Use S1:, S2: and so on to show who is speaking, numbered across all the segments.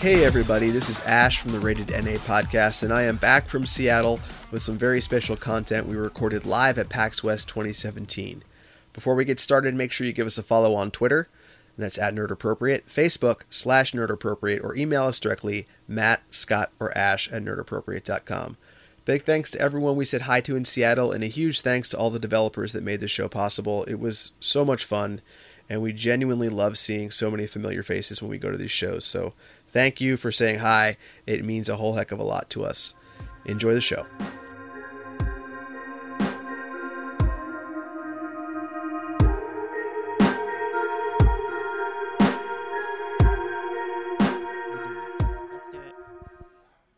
S1: Hey, everybody, this is Ash from the Rated NA podcast, and I am back from Seattle with some very special content we recorded live at PAX West 2017. Before we get started, make sure you give us a follow on Twitter, and that's at Nerd Appropriate, Facebook slash Nerd Appropriate, or email us directly, Matt, Scott, or Ash at nerdappropriate.com. Big thanks to everyone we said hi to in Seattle, and a huge thanks to all the developers that made this show possible. It was so much fun, and we genuinely love seeing so many familiar faces when we go to these shows. So thank you for saying hi. It means a whole heck of a lot to us. Enjoy the show.
S2: Let's do it.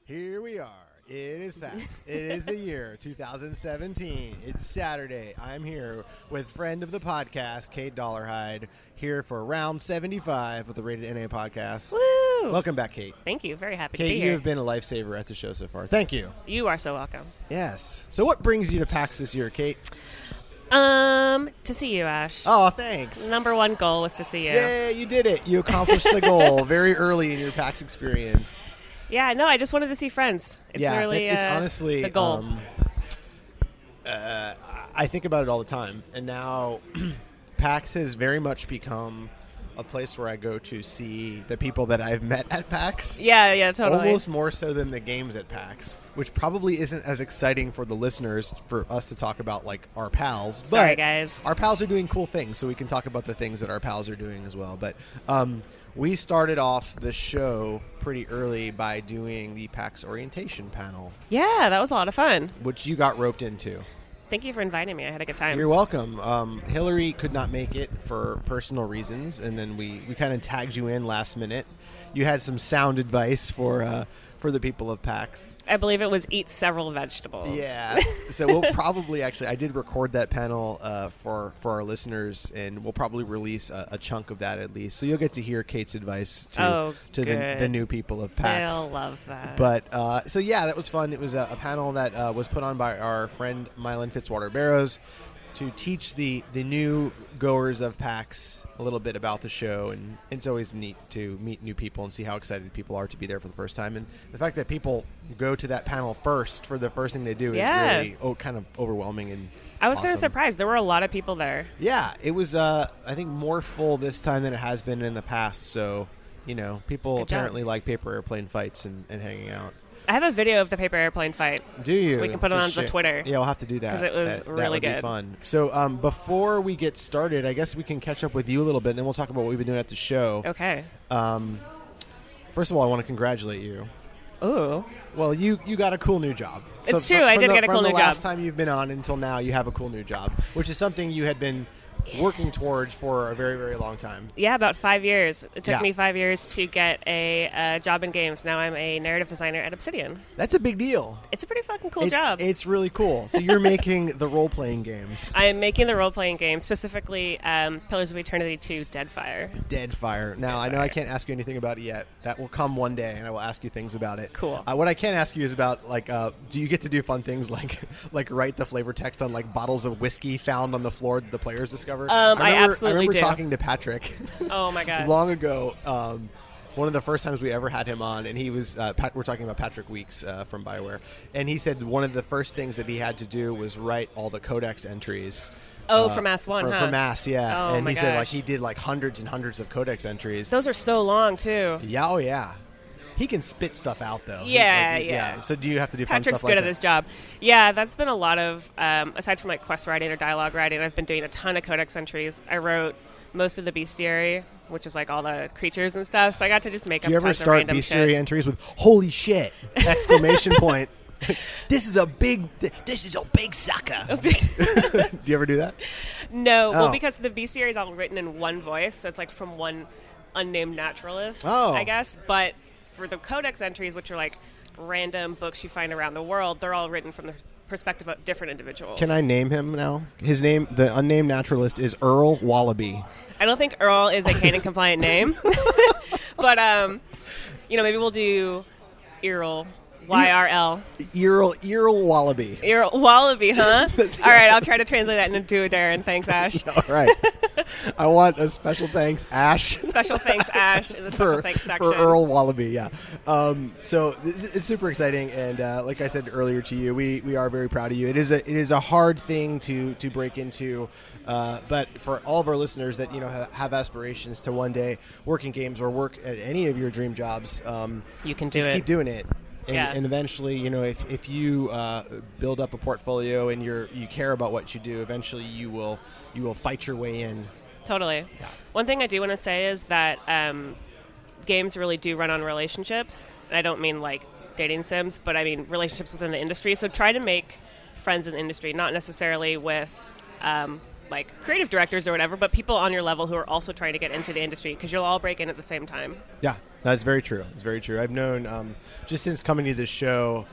S3: Here we are. It is PAX. it is the year 2017. It's Saturday. I'm here with friend of the podcast, Kate Dollarhide, here for round 75 of the Rated NA podcast.
S2: Woo!
S3: Welcome back, Kate.
S2: Thank you. Very happy to
S3: Kate,
S2: be
S3: you
S2: here.
S3: have been a lifesaver at the show so far. Thank you.
S2: you are so welcome.
S3: Yes. So, what brings you to PAX this year, Kate?
S2: Um, to see you, Ash.
S3: Oh, thanks.
S2: Number one goal was to see you.
S3: yeah, you did it. You accomplished the goal very early in your PAX experience.
S2: Yeah, no, I just wanted to see friends. It's
S3: yeah,
S2: really,
S3: it- it's
S2: uh,
S3: honestly
S2: the goal.
S3: Um, uh, I think about it all the time, and now PAX has very much become a place where I go to see the people that I've met at PAX.
S2: yeah, yeah, totally.
S3: Almost more so than the games at PAX, which probably isn't as exciting for the listeners for us to talk about like our pals.
S2: Sorry,
S3: but
S2: guys.
S3: Our pals are doing cool things, so we can talk about the things that our pals are doing as well. But um, we started off the show pretty early by doing the PAX orientation panel,
S2: Yeah, that was a lot of fun.
S3: which you got roped into.
S2: Thank you for inviting me. I had a good time.
S3: You're welcome. Um, Hillary could not make it for personal reasons, and then we, we kind of tagged you in last minute. You had some sound advice for uh, for the people of PAX.
S2: I believe it was eat several vegetables.
S3: Yeah. so we'll probably actually, I did record that panel uh, for for our listeners, and we'll probably release a, a chunk of that at least. So you'll get to hear Kate's advice to
S2: Oh,
S3: to the,
S2: good.
S3: the new people of PAX.
S2: They'll love that.
S3: But uh, so yeah, that was fun. It was a, a panel that uh, was put on by our friend Mylan Fitzwater Barrows to teach the the new goers of PAX a little bit about the show, and it's always neat to meet new people and see how excited people are to be there for the first time. And the fact that people go to that panel first for the first thing they do
S2: Yeah.
S3: is really oh, kind of overwhelming. And
S2: I was kind of
S3: awesome.
S2: surprised. There were a lot of people there.
S3: Yeah, it was. Uh, I think more full this time than it has been in the past. So. You know, people
S2: Good job.
S3: apparently like paper airplane fights and, and hanging out.
S2: I have a video of the paper airplane fight.
S3: Do you?
S2: We can put it
S3: Just
S2: on the
S3: share-
S2: Twitter.
S3: Yeah, we'll have to do that
S2: 'Cause it was
S3: That- that
S2: really
S3: would be
S2: good.
S3: fun. So um, before we get started, I guess we can catch up with you a little bit, and then we'll talk about what we've been doing at the show.
S2: Okay.
S3: Um, first of all, I want to congratulate you.
S2: Ooh.
S3: Well, you you got a cool new job.
S2: It's
S3: fr-
S2: true, I
S3: from
S2: did
S3: the-
S2: get a
S3: from
S2: cool
S3: the
S2: new
S3: Last
S2: job.
S3: time you've been on until now, you have a cool new job, which is something you had been working towards for a very very long time.
S2: Yeah, about five years. It took
S3: Yeah.
S2: me five years to get a uh, job in games. Now I'm a narrative designer at Obsidian.
S3: That's a big deal.
S2: It's a pretty fucking cool
S3: it's,
S2: job.
S3: It's really cool. So you're making the role playing games.
S2: I am making the role playing game, specifically um, Pillars of Eternity 2 Deadfire.
S3: Dead fire. Now I know I can't ask you anything about it yet. That will come one day, and I will ask you things about it.
S2: Cool.
S3: Uh, what I can ask you is about like, uh, do you get to do fun things like like write the flavor text on like bottles of whiskey found on the floor that the players discover? Um,
S2: I absolutely
S3: remember
S2: do.
S3: talking to Patrick
S2: Oh my god.
S3: long ago. Um, one of the first times we ever had him on, and he was uh, Pat, we're talking about Patrick Weeks uh, from Bioware, and he said one of the first things that he had to do was write all the codex entries.
S2: Oh, from Mass One,
S3: from,
S2: huh?
S3: from Mass, yeah.
S2: Oh
S3: and
S2: my
S3: he said like
S2: gosh.
S3: he did like hundreds and hundreds of codex entries.
S2: Those are so long, too.
S3: Yeah, oh yeah. He can spit stuff out though. He's
S2: Yeah,
S3: like-
S2: yeah.
S3: So do you have to do fun
S2: Patrick's
S3: stuff
S2: good
S3: like
S2: at his job. Yeah, that's been a lot of, um, aside from like quest writing or dialogue writing, I've been doing a ton of codex entries. I wrote most of the bestiary, which is like all the creatures and stuff, so I got to just make
S3: Do you
S2: up
S3: ever
S2: tons of
S3: start
S2: random
S3: bestiary
S2: shit.
S3: entries with "Holy shit!" exclamation point? this is a big. This is a big sucker. do you ever do that?
S2: No, well,
S3: Oh.
S2: because the bestiary is all written in one voice, so it's like from one unnamed naturalist,
S3: Oh.
S2: I guess. But for the codex entries, which are like random books you find around the world, they're all written from the perspective of different individuals.
S3: Can I name him now? His name, the unnamed naturalist, is Earl Wallaby.
S2: I don't think Earl is a canon compliant name, but um, you know, maybe we'll do Earl YRL.
S3: Earl Earl Wallaby.
S2: You're a wallaby, huh? All right, I'll try to translate that into Duodarin. Thanks, Ash.
S3: All right. I want a special thanks, Ash.
S2: Special thanks, Ash, in the special
S3: for,
S2: thanks section.
S3: for Earl Wallaby, yeah. Um, so this, it's super exciting, and uh, like I said earlier to you, we, we are very proud of you. It is a it is a hard thing to to break into, uh, but for all of our listeners that you know have, have aspirations to one day work in games or work at any of your dream jobs, um,
S2: You can do
S3: just
S2: it.
S3: keep doing it. And,
S2: Yeah.
S3: and eventually, you know, if, if you uh, build up a portfolio and you're you care about what you do, eventually you will you will fight your way in.
S2: Totally. One thing I do want to say is that um, games really do run on relationships, and I don't mean like dating sims, but I mean relationships within the industry. So try to make friends in the industry, not necessarily with um, like creative directors or whatever, but people on your level who are also trying to get into the industry because you'll all break in at the same time.
S3: Yeah, that's very true. It's very true. I've known um, just since coming to this show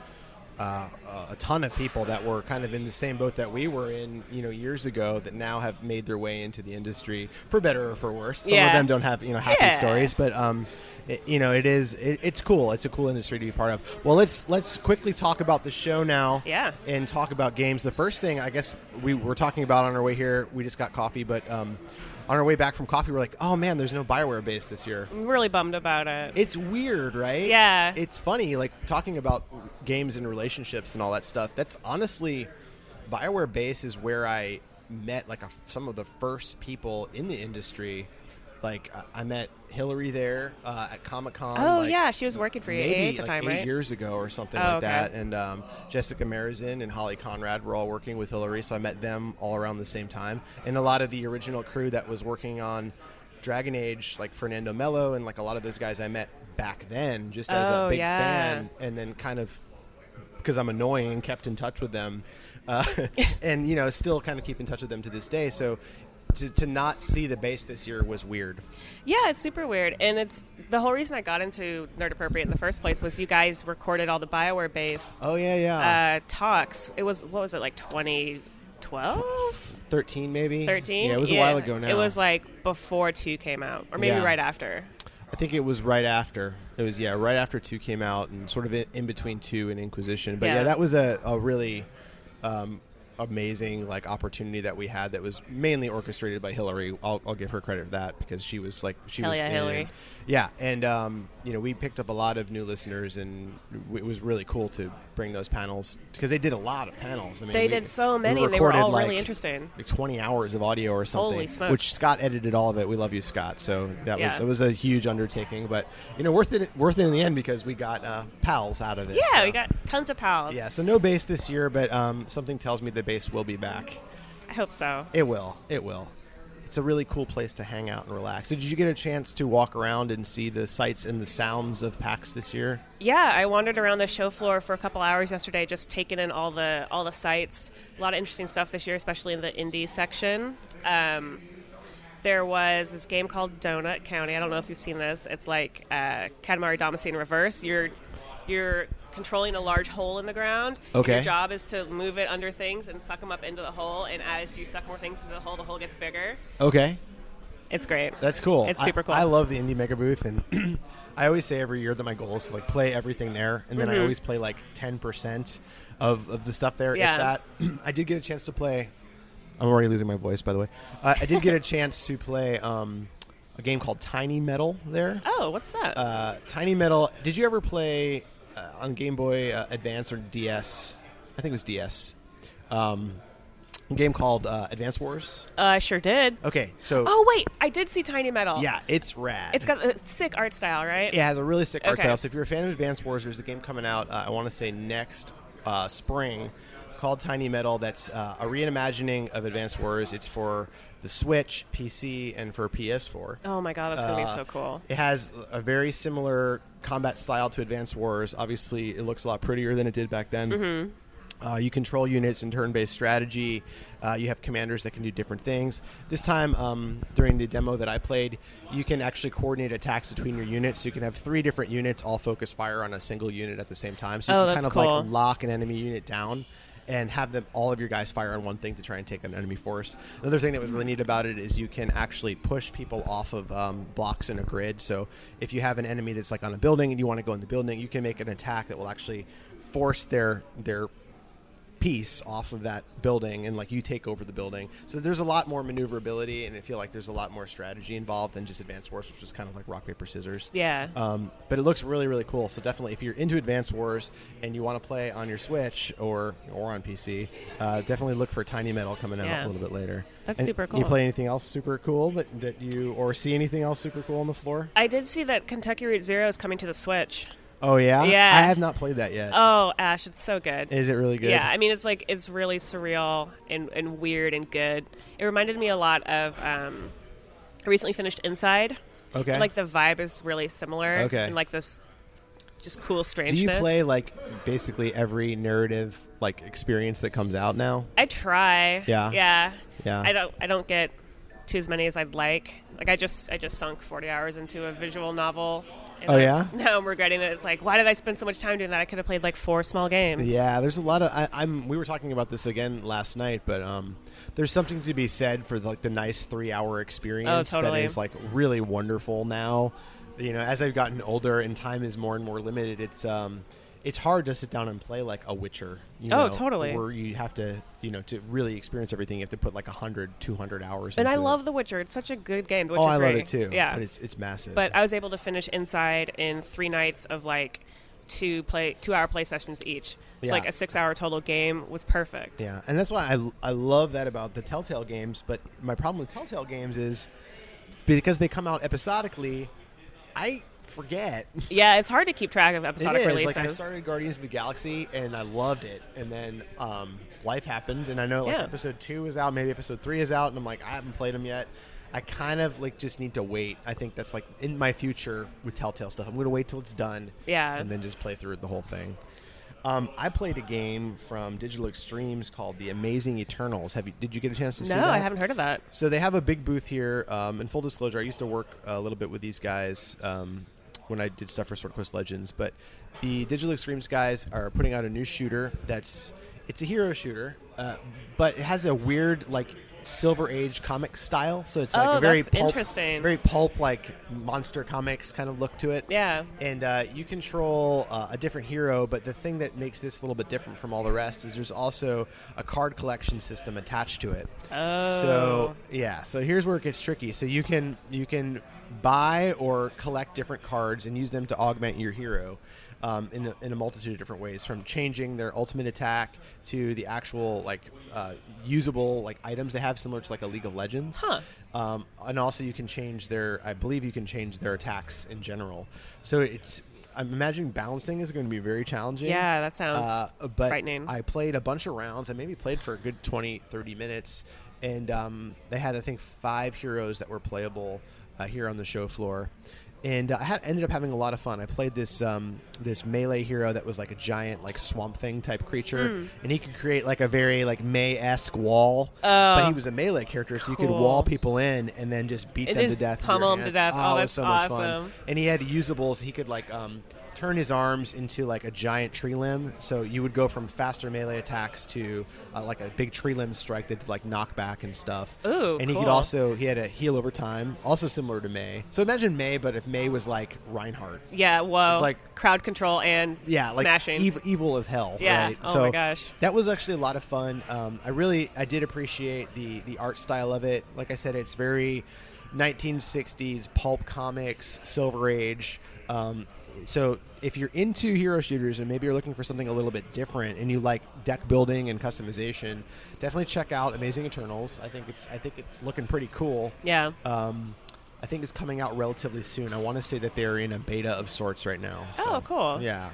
S3: uh, a ton of people that were kind of in the same boat that we were in, you know, years ago that now have made their way into the industry for better or for worse. Some of
S2: Yeah.
S3: them don't have you know happy
S2: Yeah.
S3: stories, but um, it, you know, it is it, it's cool. It's a cool industry to be part of. Well, let's let's quickly talk about the show now.
S2: Yeah.
S3: and talk about games. The first thing I guess we were talking about on our way here, we just got coffee, but um, on our way back from coffee, we're like, oh man, there's no Bioware base this year.
S2: I'm really bummed about it.
S3: It's weird, right?
S2: Yeah.
S3: It's funny, like talking about games and relationships and all that stuff. That's honestly, Bioware Base is where I met like a, some of the first people in the industry. Like I, I met Hillary there uh, at Comic Con.
S2: oh
S3: like,
S2: yeah, she was working for EA
S3: Maybe
S2: at the
S3: like
S2: time,
S3: eight
S2: right?
S3: years ago or something
S2: Oh,
S3: like
S2: okay.
S3: that, and um, Jessica Marizin and Holly Conrad were all working with Hillary, so I met them all around the same time, and a lot of the original crew that was working on Dragon Age, like Fernando Mello and like a lot of those guys I met back then, just as a
S2: Oh,
S3: big
S2: yeah.
S3: fan, and then kind of because I'm annoying, kept in touch with them, uh, and you know still kind of keep in touch with them to this day. So. To, to not see the base this year was weird.
S2: Uh, Yeah, it's super weird, and it's the whole reason I got into Nerd Appropriate in the first place was you guys recorded all the Bioware base
S3: Oh yeah, yeah.
S2: uh, talks. It was what was it like 2012,
S3: Thirteen maybe.
S2: 13?
S3: Yeah, it was a while ago now.
S2: It was like before two came out, or maybe
S3: Yeah.
S2: right after.
S3: I think it was right after. It was yeah, right after two came out, and sort of in, in between two and Inquisition. But yeah,
S2: Yeah.
S3: that was a, a really um, amazing like opportunity that we had. That was mainly orchestrated by Hillary. I'll, I'll give her credit for that because she was like she
S2: Hell
S3: was
S2: yeah,
S3: in.
S2: Hillary.
S3: Yeah, and um, you know we picked up a lot of new listeners, and w- it was really cool to bring those panels because they did a lot of panels. I mean,
S2: They
S3: we-
S2: did so
S3: we
S2: many, and they were
S3: recorded,
S2: all really
S3: like-
S2: interesting.
S3: like 20 hours of audio or something.
S2: Holy smokes.
S3: Which Scott edited all of it. We love you, Scott. So that was
S2: Yeah.
S3: that was a huge undertaking, but you know, worth it worth it in the end because we got uh, pals out of it.
S2: Yeah,
S3: so.
S2: we got tons of pals.
S3: Yeah, so no bass this year, but um, something tells me the bass will be back.
S2: I hope so.
S3: It will. It will. It's a really cool place to hang out and relax. Did you get a chance to walk around and see the sights and the sounds of PAX this year?
S2: Yeah, I wandered around the show floor for a couple hours yesterday, just taking in all the all the sites. A lot of interesting stuff this year, especially in the indie section. Um, there was this game called Donut County. I don't know if you've seen this. It's like uh, Katamari Damacy in reverse. You're you're controlling a large hole in the ground. and
S3: Okay.
S2: your job is to move it under things and suck them up into the hole. And as you suck more things into the hole, the hole gets bigger.
S3: Okay.
S2: It's great.
S3: That's cool.
S2: It's
S3: I-
S2: super cool.
S3: I love the Indie Mega Booth, and I always say every year that my goal is to like play everything there, and then
S2: Mm-hmm.
S3: I always play like ten percent of of the stuff there.
S2: Yeah.
S3: If that, I did get a chance to play. I'm already losing my voice, by the way. Uh, I did get a chance to play um, a game called Tiny Metal there.
S2: oh, what's that?
S3: Uh, Tiny Metal. Did you ever play uh, on Game Boy uh, Advance or DS? I think it was DS. Um, a game called uh, Advance Wars.
S2: uh, I sure did.
S3: Okay, so
S2: Oh wait, I did see Tiny Metal.
S3: yeah, it's rad.
S2: It's got a sick art style, right?
S3: It has a really sick art
S2: Okay.
S3: style. So if you're a fan of Advanced Wars, there's a game coming out. Uh, I want to say next uh, spring called Tiny Metal. That's uh, a reimagining of Advanced Wars. It's for the Switch, PC, and for PS4.
S2: Oh my god, that's gonna be
S3: Uh,
S2: so cool.
S3: It has a very similar combat style to Advanced Wars. Obviously, it looks a lot prettier than it did back then.
S2: Mm-hmm.
S3: Uh, you control units in turn-based strategy. Uh, you have commanders that can do different things. This time, um, during the demo that I played, you can actually coordinate attacks between your units. So you can have three different units all focus fire on a single unit at the same time. So you
S2: Oh,
S3: can kind
S2: that's
S3: of
S2: cool.
S3: like lock an enemy unit down. and have them all of your guys fire on one thing to try and take an enemy force. Another thing that was really neat about it is you can actually push people off of um, blocks in a grid. So if you have an enemy that's like on a building and you want to go in the building, you can make an attack that will actually force their their piece off of that building and like you take over the building. So there's a lot more maneuverability and I feel like there's a lot more strategy involved than just advanced wars, which was kind of like rock paper scissors.
S2: Yeah.
S3: Um, but it looks really really cool. So definitely if you're into advanced wars and you want to play on your Switch or or on PC, uh, definitely look for Tiny Metal coming out
S2: Yeah.
S3: a little bit later.
S2: That's
S3: And
S2: super
S3: You
S2: cool.
S3: play anything else super cool that, that you or see anything else super cool on the floor?
S2: I did see that Kentucky Route Zero is coming to the Switch.
S3: Oh yeah.
S2: Yeah.
S3: I have not played that yet.
S2: Oh, Ash, it's so good.
S3: Is it really good?
S2: Yeah, I mean, it's like it's really surreal and, and weird and good. It reminded me a lot of um, I recently finished Inside.
S3: Okay.
S2: Like the vibe is really similar.
S3: Okay.
S2: And like this, just cool
S3: Do
S2: strangeness.
S3: you play like basically every narrative like experience that comes out now?
S2: I try.
S3: Yeah.
S2: Yeah.
S3: Yeah.
S2: I don't. I don't get to as many as I'd like. Like I just. I just sunk forty hours into a visual novel. and
S3: Oh,
S2: I-
S3: yeah?
S2: Now I'm regretting it. It's like, why did I spend so much time doing that? I could have played like four small games.
S3: Yeah, there's a lot of I, I'm. We were talking about this again last night, but um, there's something to be said for like the nice three hour experience
S2: totally.
S3: that is like really wonderful now. You know, as I've gotten older and time is more and more limited, it's um, it's hard to sit down and play like a Witcher. You
S2: Oh,
S3: know,
S2: totally.
S3: Where you have to, you know, to really experience everything, you have to put like 100, 200 hours.
S2: And I
S3: into it.
S2: love The Witcher. It's such a good game. The
S3: Oh,
S2: Witcher
S3: I
S2: 3.
S3: love it too.
S2: Yeah.
S3: but it's it's massive.
S2: but I was able to finish Inside in three nights of like two play two hour play sessions each. It's
S3: Yeah.
S2: like a six hour total game was perfect.
S3: Yeah, and that's why I, I love that about the Telltale games. But my problem with Telltale games is because they come out episodically, I forget.
S2: Yeah, it's hard to keep track of
S3: It
S2: episodic
S3: is
S2: releases.
S3: like I started Guardians of the Galaxy and I loved it, and then um, life happened, and I know like
S2: Yeah.
S3: episode two is out, maybe episode three is out, and I'm like I haven't played them yet. I kind of like just need to wait. I think that's like in my future with Telltale stuff. I'm going to wait till it's done,
S2: Yeah.
S3: and then just play through the whole thing. Um, I played a game from Digital Extremes called The Amazing Eternals. Have you? Did you get a chance to see that?
S2: no, I haven't heard of that.
S3: So they have a big booth here. Um, and full disclosure, I used to work a little bit with these guys um, when I did stuff for Sword Quest Legends. But the Digital Extremes guys are putting out a new shooter that's it's a hero shooter, uh, but it has a weird like Silver Age comic style. So it's like
S2: Oh,
S3: a very
S2: that's
S3: pulp,
S2: interesting.
S3: very pulp like monster comics kind of look to it
S2: Yeah.
S3: and uh, you control uh, a different hero. But the thing that makes this a little bit different from all the rest is there's also a card collection system attached to it.
S2: Oh.
S3: So yeah, so here's where it gets tricky. So you can you can buy or collect different cards and use them to augment your hero. Um, in, a, in a multitude of different ways, from changing their ultimate attack to the actual like uh, usable like items they have, similar to like a League of Legends.
S2: Huh.
S3: Um, and also, you can change their. I believe you can change their attacks in general. So it's. I'm imagining balancing is going to be very challenging.
S2: Yeah, that sounds
S3: uh, but
S2: frightening.
S3: I played a bunch of rounds. I maybe played for a good 20, 30 minutes, and um, they had I think five heroes that were playable uh, here on the show floor. And uh, I had, ended up having a lot of fun. I played this um, this melee hero that was like a giant like swamp thing type creature,
S2: Hmm.
S3: and he could create like a very like May esque wall. but he was a melee character, so you could
S2: Oh. cool.
S3: wall people in and then just beat
S2: And
S3: them
S2: just
S3: to death. with
S2: pummel
S3: your
S2: 'em to
S3: hands.
S2: death.
S3: Ah,
S2: Oh,
S3: it was
S2: that's
S3: so much fun.
S2: awesome.
S3: And he had usables. He could like um, turn his arms into like a giant tree limb. So you would go from faster melee attacks to uh, like a big tree limb strike that did like knockback and stuff.
S2: Ooh,
S3: and he could
S2: cool.
S3: also he had a heal over time, also similar to May. So imagine May, but if May was like Reinhardt.
S2: yeah, whoa.
S3: It's like-
S2: crowd control and
S3: Yeah, like
S2: smashing.
S3: ev- evil as hell.
S2: Yeah.
S3: Right?
S2: Oh
S3: so
S2: my gosh.
S3: that was actually a lot of fun. Um, I really, I did appreciate the the art style of it. Like I said, it's very 1960s pulp comics, Silver Age. Um, so if you're into hero shooters and maybe you're looking for something a little bit different and you like deck building and customization, definitely check out Amazing Eternals. I think it's I think it's looking pretty cool.
S2: yeah.
S3: Um, I think it's coming out relatively soon. I want to say that they're in a beta of sorts right now. so-
S2: Oh, cool.
S3: Yeah.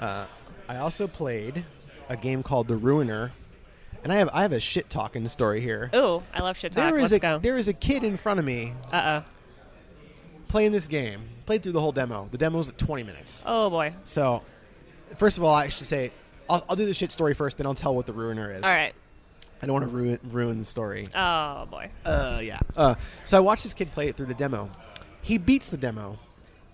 S3: Uh, I also played a game called The Ruiner, and I have I have a shit talking story here.
S2: Ooh, I love shit Oh, talk.
S3: There is
S2: Let's
S3: a
S2: go.
S3: there is a kid in front of me
S2: Uh oh.
S3: playing this game. Played through the whole demo. The demo was at 20 minutes.
S2: Oh boy.
S3: So, first of all, I should say I'll, I'll do the shit story first, then I'll tell what The Ruiner is.
S2: All right.
S3: I don't want to ruin ruin the story.
S2: Oh boy.
S3: Uh, yeah. Uh, so I watched this kid play it through the demo. He beats the demo,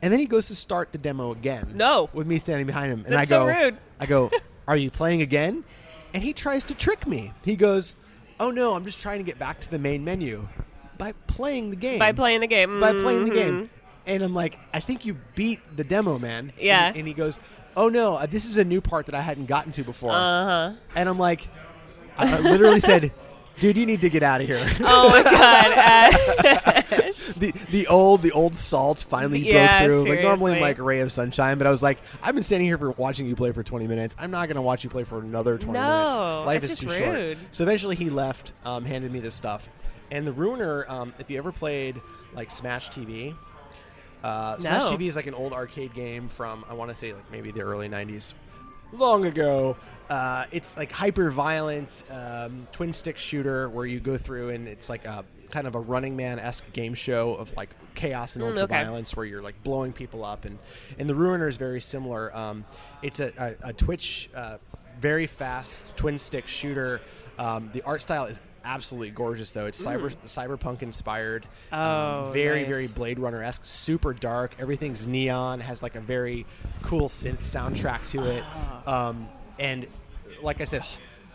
S3: and then he goes to start the demo again.
S2: No.
S3: with me standing behind him, and
S2: That's
S3: I go,
S2: so rude.
S3: I go, "Are you playing again?" and he tries to trick me. He goes, "Oh no, I'm just trying to get back to the main menu by playing the game."
S2: By playing the game.
S3: By playing the
S2: Mhm.
S3: game. And I'm like, "I think you beat the demo, man."
S2: Yeah.
S3: And, and he goes, "Oh no, uh, this is a new part that I hadn't gotten to before."
S2: Uh-huh.
S3: And I'm like, I I literally said, "Dude, you need to get out of here."
S2: Oh my Uh, god. Ash.
S3: the the old the old salt finally
S2: Yeah,
S3: broke through. Like normally I'm
S2: seriously.
S3: like a ray of sunshine, but I was like, I've been standing here for watching you play for 20 minutes. I'm not gonna watch you play for another 20 minutes.
S2: No,
S3: Life
S2: that's
S3: is
S2: just
S3: too short.
S2: rude.
S3: So eventually he left, um, handed me this stuff, and the Ruiner. Um, if you ever played like Smash TV. Uh, Smash
S2: No.
S3: TV is like an old arcade game from I want to say like maybe the early '90s, long ago. Uh, it's like hyper violent um, twin stick shooter where you go through and it's like a kind of a Running Man esque game show of like chaos and ultra
S2: Mm, okay.
S3: violence where you're like blowing people up and and the Ruiner is very similar. Um, it's a, a, a Twitch uh, very fast twin stick shooter. Um, the art style is absolutely gorgeous though. It's cyber cyberpunk inspired. um,
S2: Mm. Oh,
S3: very
S2: nice.
S3: very Blade Runner esque, super dark. Everything's neon, has like a very cool synth soundtrack to it, um, and like I said,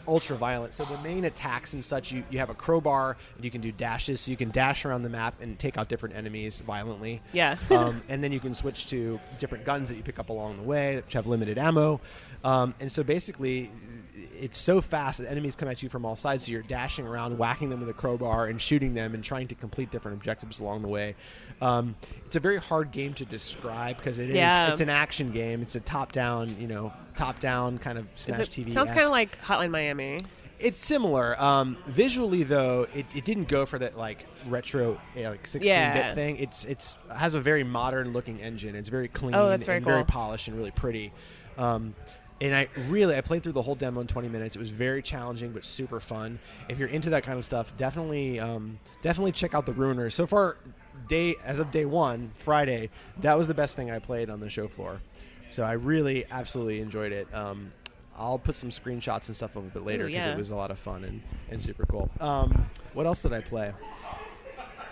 S3: ultra violent. So the main attacks and such, you, you have a crowbar, and you can do dashes, so you can dash around the map and take out different enemies violently.
S2: Yeah.
S3: um, and then you can switch to different guns that you pick up along the way, which have limited ammo. Um, and so basically, it's so fast that enemies come at you from all sides. So you're dashing around, whacking them with a crowbar, and shooting them, and trying to complete different objectives along the way. Um, it's a very hard game to describe because it is
S2: Yeah.
S3: it's an action game. It's a top down, you know, top down kind of Smash
S2: Is it-
S3: TV.
S2: sounds kind of like Hotline Miami.
S3: It's similar. Um, visually, though, it, it didn't go for that like retro you know, like 16-bit
S2: Yeah.
S3: thing. It's it's has a very modern looking engine. It's very clean
S2: Oh, that's very
S3: and very
S2: cool.
S3: polished and really pretty. Um, and I really I played through the whole demo in 20 minutes. It was very challenging but super fun. If you're into that kind of stuff, definitely um, definitely check out the Ruiner. So far, day as of day one, Friday, that was the best thing I played on the show floor. So I really absolutely enjoyed it. Um, I'll put some screenshots and stuff up a bit later
S2: Ooh,
S3: because
S2: yeah.
S3: it was a lot of fun and, and super cool. Um, what else did I play?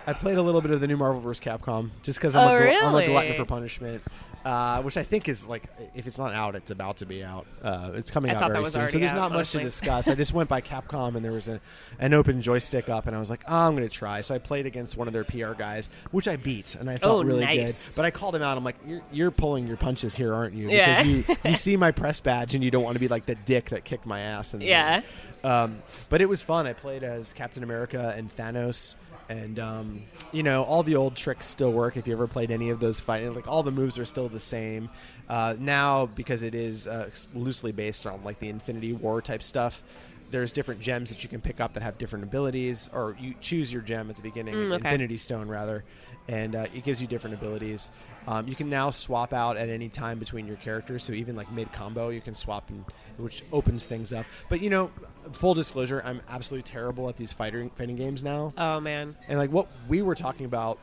S3: I played a little bit of the new Marvel vs. Capcom just because I'm,
S2: Oh,
S3: a gl- I'm a
S2: really?
S3: glutton for punishment, uh, which I think is like if it's not out, it's about to be out. Uh, it's coming
S2: I
S3: out
S2: thought
S3: very
S2: that was
S3: soon, so
S2: already
S3: there's
S2: out,
S3: not much to
S2: honestly.
S3: discuss. I just went by Capcom and there was a, an open joystick up, and I was like, oh, I'm going to try. So I played against one of their PR guys, which I beat, and I felt
S2: Oh,
S3: really
S2: nice.
S3: good. But I called him out. I'm like, you're, you're pulling your punches here, aren't you?
S2: Yeah.
S3: Because you you see my press badge and you don't want to be like the dick that kicked my ass. And
S2: Yeah.
S3: Um, but it was fun. I played as Captain America and Thanos, and um, you know all the old tricks still work. If you ever played any of those fighting, like all the moves are still the same. Uh, now because it is uh, loosely based on like the Infinity War type stuff. There's different gems that you can pick up that have different abilities, or you choose your gem at the beginning,
S2: Mm, okay.
S3: Infinity Stone rather, and uh, it gives you different abilities. Um, you can now swap out at any time between your characters, so even like mid combo, you can swap, and, which opens things up. But you know, full disclosure, I'm absolutely terrible at these fighting fighting games now.
S2: Oh man.
S3: And like what we were talking about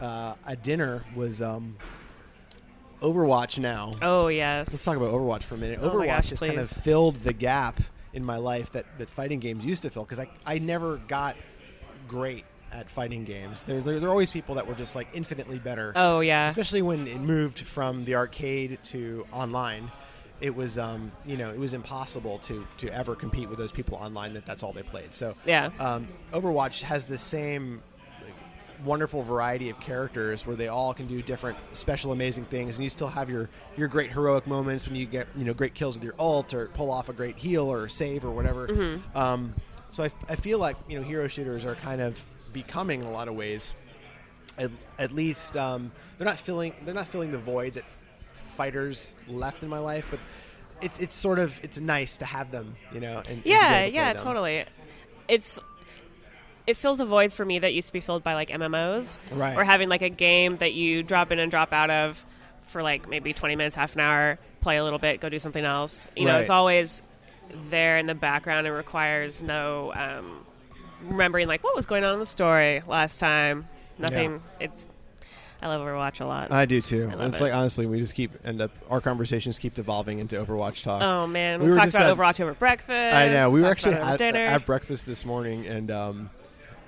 S3: uh, at dinner was um, Overwatch. Now
S2: Oh yes.
S3: let's talk about Overwatch for a minute.
S2: Oh
S3: Overwatch
S2: my gosh,
S3: has kind of
S2: please.
S3: filled the gap in my life that, that fighting games used to fill because I, I never got great at fighting games. There, there, there are always people that were just like infinitely better.
S2: Oh yeah.
S3: Especially when it moved from the arcade to online. It was, um, you know, it was impossible to, to ever compete with those people online that that's all they played. So
S2: Yeah.
S3: um, Overwatch has the same wonderful variety of characters where they all can do different special amazing things and you still have your your great heroic moments when you get you know great kills with your ult or pull off a great heal or save or whatever
S2: Mm-hmm.
S3: um, so I, I feel like you know hero shooters are kind of becoming in a lot of ways at, at least um, they're not filling they're not filling the void that fighters left in my life but it's it's sort of it's nice to have them you know and- and, to be able
S2: yeah,
S3: to play
S2: yeah,
S3: them.
S2: totally. It's it fills a void for me that used to be filled by like MMOs
S3: Right.
S2: or having like a game that you drop in and drop out of for like maybe 20 minutes, half an hour, play a little bit, go do something else. You know,
S3: Right.
S2: it's always there in the background and requires no um, remembering like what was going on in the story last time. Nothing. It's I love Overwatch a lot.
S3: I do too.
S2: love
S3: it's
S2: it.
S3: like honestly, we just keep end up our conversations keep devolving into Overwatch talk.
S2: oh man,
S3: we
S2: we,
S3: were
S2: talked
S3: just
S2: about
S3: at-
S2: Overwatch over breakfast.
S3: I know. We were
S2: talked
S3: actually
S2: about it
S3: at,
S2: over dinner.
S3: at breakfast this morning, and um,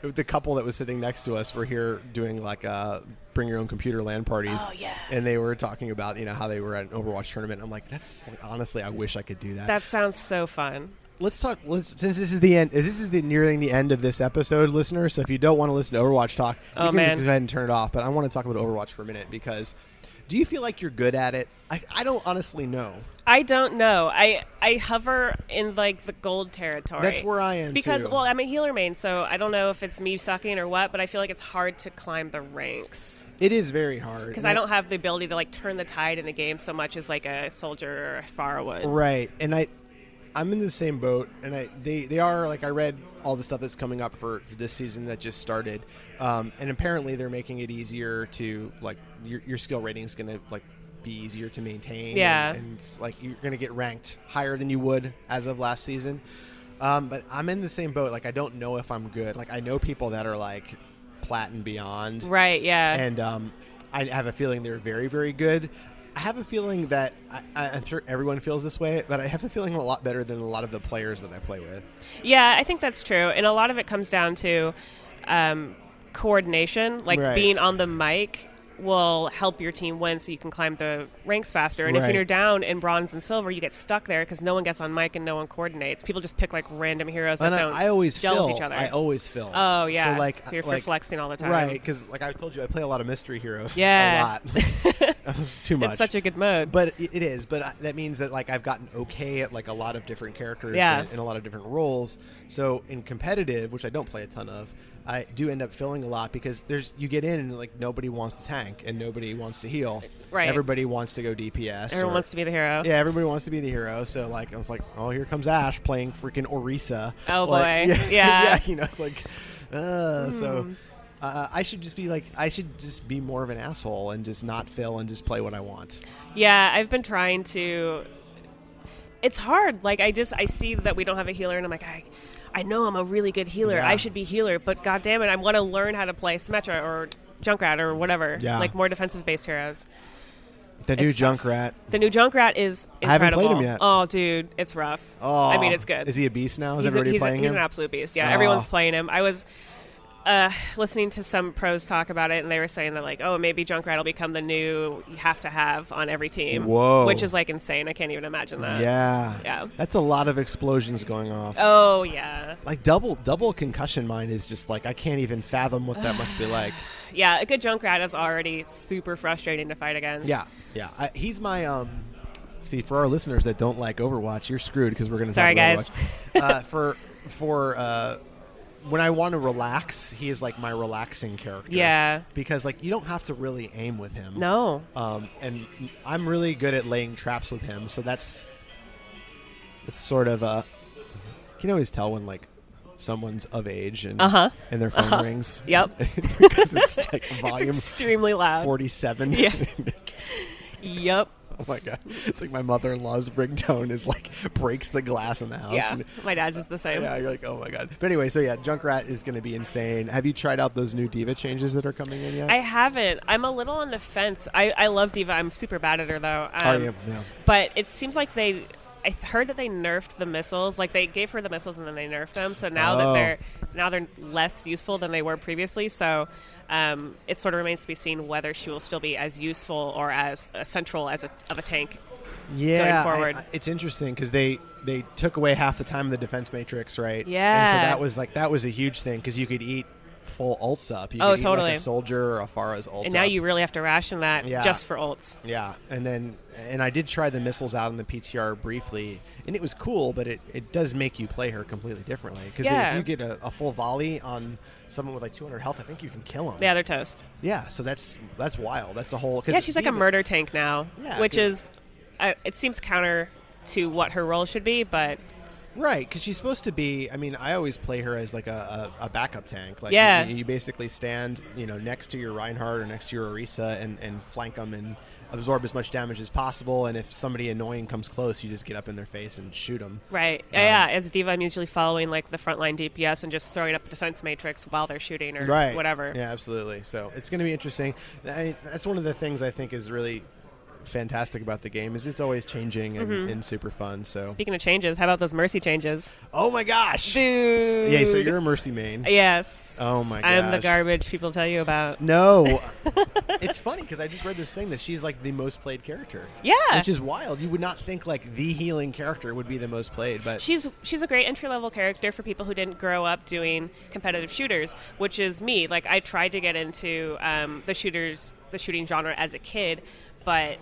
S3: the couple that was sitting next to us were here doing like uh, bring your own computer LAN parties.
S2: Oh, yeah.
S3: And they were talking about you know how they were at an Overwatch tournament. I'm like, that's honestly, I wish I could do that.
S2: that sounds so fun.
S3: let's talk. Let's, since this is the end, this is the nearing the end of this episode, listener. So if you don't want to listen to Overwatch talk, you
S2: Oh,
S3: can
S2: man.
S3: go ahead and turn it off. But I want to talk about Overwatch for a minute because do you feel like you're good at it? I, I don't honestly know.
S2: I don't know. I I hover in like the gold territory.
S3: That's where I am,
S2: Because
S3: too.
S2: well, I'm a healer main, so I don't know if it's me sucking or what, but I feel like it's hard to climb the ranks
S3: It is very hard
S2: because
S3: And
S2: I
S3: it-
S2: don't have the ability to like turn the tide in the game so much as like a soldier or a far would.
S3: Right, and I, I'm in the same boat, and I they they are like I read all the stuff that's coming up for this season that just started, um, and apparently they're making it easier to like your your skill rating is gonna like be easier to maintain. and-
S2: Yeah.
S3: and, it's like you're gonna get ranked higher than you would as of last season. Um, but I'm in the same boat. Like I don't know if I'm good. Like I know people that are like plat and beyond,
S2: Right, yeah.
S3: and um, I have a feeling they're very, very good. I have a feeling that I, I- I'm sure everyone feels this way, but I have a feeling I'm a lot better than a lot of the players that I play with.
S2: Yeah, I think that's true, and a lot of it comes down to um, coordination. Like
S3: Right.
S2: being on the mic will help your team win, so you can climb the ranks faster. And
S3: Right.
S2: if you're down in bronze and silver, you get stuck there because no one gets on mic and no one coordinates. People just pick like random heroes
S3: And
S2: that
S3: I,
S2: don't
S3: I always
S2: gel
S3: fill.
S2: with each other.
S3: I always fill.
S2: Oh, yeah.
S3: So like,
S2: So you're
S3: like,
S2: flexing all the time.
S3: right? Because like I told you, I play a lot of mystery heroes.
S2: Yeah.
S3: a lot. Too much.
S2: it's such a good mode.
S3: but it it is. But I, that means that like I've gotten okay at like a lot of different characters
S2: Yeah.
S3: and, and a lot of different roles. So in competitive, which I don't play a ton of, I do end up filling a lot because there's you get in and like nobody wants to tank and nobody wants to heal.
S2: Right.
S3: Everybody wants to go DPS.
S2: Everyone
S3: or-
S2: wants to be the hero.
S3: yeah, everybody wants to be the hero. So like, I was like, oh, here comes Ash playing freaking Orisa.
S2: Oh,
S3: Like,
S2: boy. Yeah. Hmm.
S3: you know, like, uh, so uh, I should just be like, I should just be more of an asshole and just not fill and just play what I want.
S2: Yeah, I've been trying to. It's hard. Like I just I see that we don't have a healer, and I'm like I. I know I'm a really good healer.
S3: Yeah.
S2: I should be healer, but god damn it, I want to learn how to play Symmetra or Junkrat or whatever.
S3: Yeah.
S2: Like more defensive based heroes.
S3: The new
S2: It's tough.
S3: Junkrat.
S2: The new Junkrat is incredible.
S3: I haven't played him yet.
S2: Oh dude, it's rough.
S3: Oh,
S2: I mean it's good.
S3: Is he a beast now? Is
S2: he's
S3: everybody
S2: a, he's, a-
S3: playing
S2: he's
S3: him?
S2: an absolute beast. Yeah,
S3: Oh.
S2: everyone's playing him. I was uh, listening to some pros talk about it, and they were saying that like, oh, maybe Junkrat will become the new you have to have on every team.
S3: Whoa.
S2: which is like insane. I can't even imagine that.
S3: yeah.
S2: Yeah.
S3: That's a lot of explosions going off.
S2: Oh yeah,
S3: Like double double concussion mine is just like I can't even fathom what that must be like.
S2: yeah. A good Junkrat is already super frustrating to fight against.
S3: Yeah, yeah. I, he's my um. See, for our listeners that don't like Overwatch, you're screwed because we're going to.
S2: Sorry,
S3: talk
S2: guys.
S3: about Overwatch. uh, for for uh, when I want to relax, he is like my relaxing character.
S2: Yeah.
S3: Because like you don't have to really aim with him.
S2: No.
S3: Um, and I'm really good at laying traps with him, so that's it's sort of a. You can always tell when like someone's of age and
S2: Uh-huh.
S3: and their phone rings.
S2: Yep.
S3: because it's like volume
S2: It's extremely loud.
S3: forty-seven.
S2: Yeah. Yep.
S3: Oh my god! It's like my mother-in-law's ringtone is like breaks the glass in the house.
S2: Yeah.
S3: And-
S2: My dad's is the same.
S3: yeah, you're like, oh my god. But anyway, so yeah, Junkrat is going to be insane. Have you tried out those new diva changes that are coming in yet?
S2: I haven't. I'm a little on the fence. I, I love Diva. I'm super bad at her though. Um,
S3: Are you? Yeah.
S2: But it seems like they. I th- heard that they nerfed the missiles. Like they gave her the missiles and then they nerfed them. So now
S3: Oh.
S2: that they're now they're less useful than they were previously. So um, it sort of remains to be seen whether she will still be as useful or as uh, central as a, of a tank.
S3: yeah,
S2: going
S3: I-
S2: forward.
S3: I- it's interesting because they they took away half the time of the defense matrix, right? And so
S2: Yeah.
S3: that was like that was a huge thing because you could eat full ults up. You
S2: Oh,
S3: could eat, like,
S2: totally.
S3: a soldier or a Farah's ult.
S2: And now
S3: up.
S2: you really have to ration that
S3: Yeah.
S2: just for ults.
S3: Yeah, and then and I did try the missiles out in the PTR briefly, and it was cool, but it, it does make you play her completely differently because
S2: Yeah.
S3: if you get a, a full volley on someone with like 200 health, I think you can kill him.
S2: Yeah, they're toast.
S3: yeah. So that's that's wild. That's a whole. Cause
S2: Yeah, she's like a
S3: Diva-
S2: murder tank now,
S3: Yeah,
S2: which
S3: 'cause-
S2: is uh, it seems counter to what her role should be, but
S3: Right, because she's supposed to be. I mean, I always play her as like a, a, a backup tank. Like,
S2: Yeah.
S3: you, you basically stand, you know, next to your Reinhardt or next to your Orisa and and flank them and absorb as much damage as possible. And if somebody annoying comes close, you just get up in their face and shoot them.
S2: Right. yeah, yeah. As a diva, I'm usually following like the frontline DPS and just throwing up a defense matrix while they're shooting or
S3: right
S2: whatever.
S3: yeah absolutely so it's going to be interesting I, that's one of the things i think is really fantastic about the game is it's always changing and,
S2: Mm-hmm.
S3: and super fun. So,
S2: Speaking of changes, how about those mercy changes?
S3: oh my gosh,
S2: Dude.
S3: yeah. So you're a mercy main.
S2: Yes.
S3: Oh my
S2: I'm the
S3: gosh.
S2: garbage people tell you about.
S3: No, it's funny because I just read this thing that she's like the most played character.
S2: Yeah.
S3: which is wild. You would not think like the healing character would be the most played, but
S2: She's she's a great entry level character for people who didn't grow up doing competitive shooters, which is me. Like I tried to get into um, the shooters, the shooting genre as a kid, but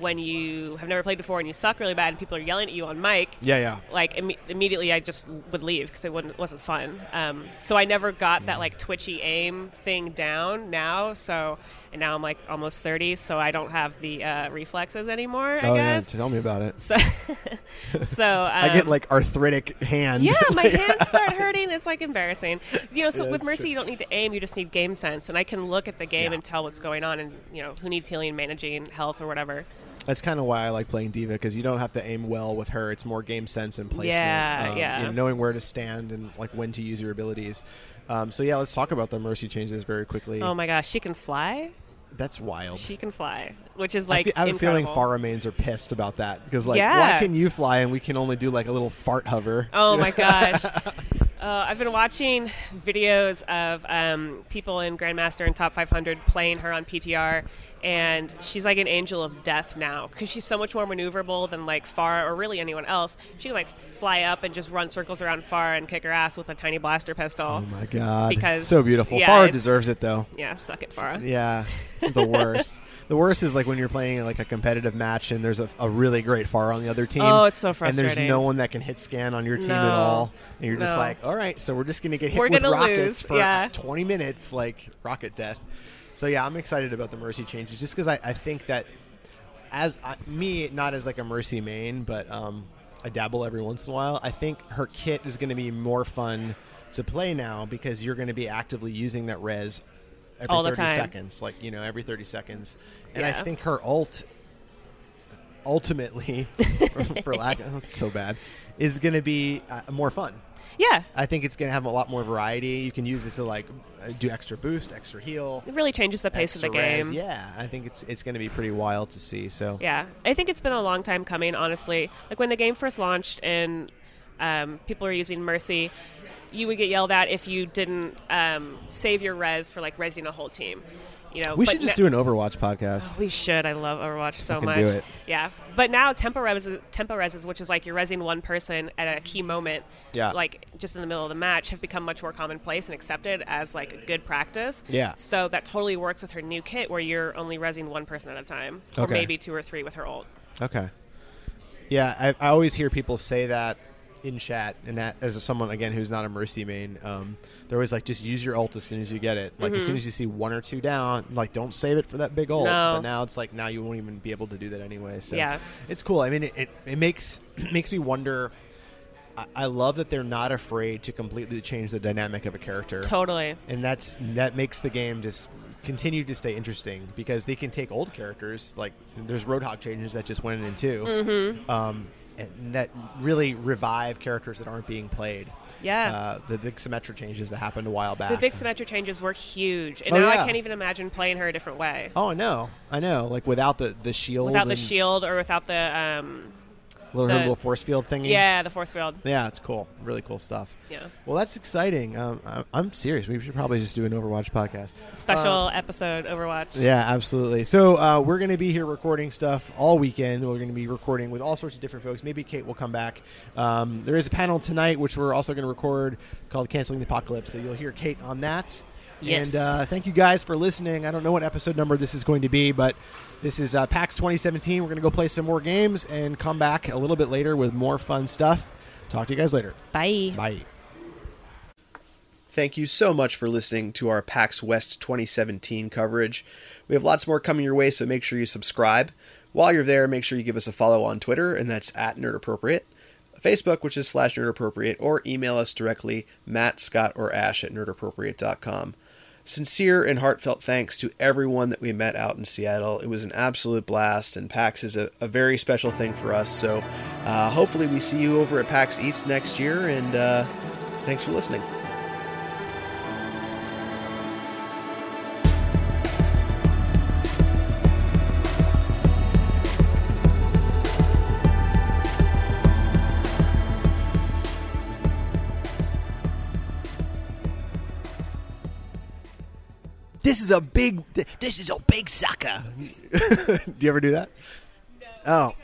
S2: when you have never played before and you suck really bad and people are yelling at you on mic,
S3: yeah, yeah.
S2: like imme- immediately I just would leave because it wouldn't, wasn't fun. Um, so I never got that like twitchy aim thing down now. So and now I'm like almost 30, so I don't have the uh, reflexes anymore. I guess.
S3: tell me about it.
S2: So, so
S3: Oh,
S2: um,
S3: I get like arthritic hand.
S2: yeah, my hands start hurting. It's like embarrassing. You know, so
S3: Yeah,
S2: with
S3: that's
S2: Mercy,
S3: true.
S2: you don't need to aim; you just need game sense, and I can look at the game
S3: Yeah.
S2: and tell what's going on, and you know who needs healing, managing, health, or whatever.
S3: That's kind of why I like playing Diva because you don't have to aim well with her. It's more game sense and placement.
S2: Yeah, yeah.
S3: you know, knowing where to stand and like when to use your abilities. Um, so yeah, let's talk about the mercy changes very quickly.
S2: Oh my gosh, she can fly.
S3: That's wild.
S2: She can fly, which is
S3: I
S2: like
S3: fe- I have
S2: incredible.
S3: a feeling far remains are pissed about that because like why
S2: Yeah.
S3: can you fly and we can only do like a little fart hover?
S2: Oh my gosh. Uh, I've been watching videos of um, people in Grandmaster and Top 500 playing her on PTR, and she's like an angel of death now because she's so much more maneuverable than like Farah or really anyone else. She can like fly up and just run circles around Farah and kick her ass with a tiny blaster pistol.
S3: Oh my god!
S2: Because-
S3: so beautiful.
S2: yeah,
S3: Farah
S2: it's-
S3: deserves it though.
S2: Yeah, suck it, Farah.
S3: Yeah, it's the worst. the worst is like when you're playing like a competitive match and there's a, a really great far on the other team.
S2: Oh, it's so
S3: And there's
S2: frustrating.
S3: no one that can hit scan on your team
S2: No.
S3: at all, and you're just
S2: No.
S3: like, all right, so we're just gonna get hit
S2: We're
S3: with
S2: gonna
S3: rockets
S2: lose,
S3: for
S2: yeah.
S3: 20 minutes, like rocket death. So yeah, I'm excited about the mercy changes just because I, I think that as I, me, not as like a mercy main, but um, I dabble every once in a while. I think her kit is going to be more fun to play now because you're going to be actively using that res every
S2: All the
S3: 30
S2: time.
S3: seconds, like you know, every 30 seconds. And I
S2: Yeah.
S3: think her ult ultimately, for lack, of, that's so bad, is going to be uh, more fun.
S2: Yeah.
S3: I think it's going to have a lot more variety. You can use it to like uh, do extra boost, extra heal,
S2: It really changes the pace of the
S3: extra res.
S2: game.
S3: Yeah, I think it's it's going to be pretty wild to see. So
S2: Yeah, I think it's been a long time coming. Honestly, like when the game first launched and um, people were using Mercy, you would get yelled at if you didn't um, save your res for like resing a whole team. You know,
S3: we
S2: but
S3: should just
S2: no-
S3: do an Overwatch podcast.
S2: We should. I love Overwatch so
S3: Fucking
S2: much.
S3: do it.
S2: Yeah, but now tempo res, tempo reses, which is like you're resing one person at a key moment,
S3: Yeah.
S2: like just in the middle of the match, have become much more commonplace and accepted as like good practice.
S3: Yeah.
S2: So that totally works with her new kit, where you're only resing one person at a time, or
S3: Okay.
S2: maybe two or three with her ult.
S3: Okay. Yeah, I, I always hear people say that in chat, and that as someone again who's not a mercy main, um, they're always like, just use your ult as soon as you get it. Like as soon as you see one or two down, like don't save it for that big ult.
S2: Mm-hmm. No.
S3: But now it's like now you won't even be able to do that anyway. So
S2: Yeah.
S3: it's cool. I mean, it, it, it makes makes me wonder. I, I love that they're not afraid to completely change the dynamic of a character
S2: Totally.
S3: and that's that makes the game just continue to stay interesting because they can take old characters like there's Roadhog changes that just went in 2
S2: Mm-hmm.
S3: um, and that really revive characters that aren't being played.
S2: Yeah.
S3: uh, the big Symmetra changes that happened a while back.
S2: The big Symmetra changes were huge, and
S3: Oh,
S2: now
S3: yeah.
S2: I can't even imagine playing her a different way
S3: oh no, I know. Like without the the shield,
S2: without the
S3: and
S2: shield or without the um,
S3: little, her
S2: the-
S3: little force field thingy.
S2: yeah, the force field.
S3: Yeah, it's cool. Really cool stuff.
S2: Yeah.
S3: Well, that's exciting. Um, I- I'm serious. We should probably just do an Overwatch podcast.
S2: Special episode Overwatch.
S3: Yeah, absolutely. So uh, we're going to be here recording stuff all weekend. We're going to be recording with all sorts of different folks. Maybe Kate will come back. Um, there is a panel tonight, which we're also going to record called "Canceling the Apocalypse." So you'll hear Kate on that.
S2: Yes.
S3: And uh, thank you guys for listening. I don't know what episode number this is going to be, but this is uh, PAX 2017. We're going to go play some more games and come back a little bit later with more fun stuff. Talk to you guys later.
S2: Bye.
S3: Bye.
S1: Thank you so much for listening to our PAX West 2017 coverage. We have lots more coming your way, so make sure you subscribe. While you're there, make sure you give us a follow on Twitter, and that's at Nerd Appropriate, Facebook, which is slash Nerd Appropriate, or email us directly, Matt, Scott, or Ash at nerdappropriate.com. Sincere and heartfelt thanks to everyone that we met out in Seattle. It was an absolute blast, and PAX is a, a very special thing for us. So uh, hopefully, we see you over at PAX East next year, and uh, thanks for listening.
S3: is a big, this is a big sucker. do you ever do that?
S2: No,
S3: Oh,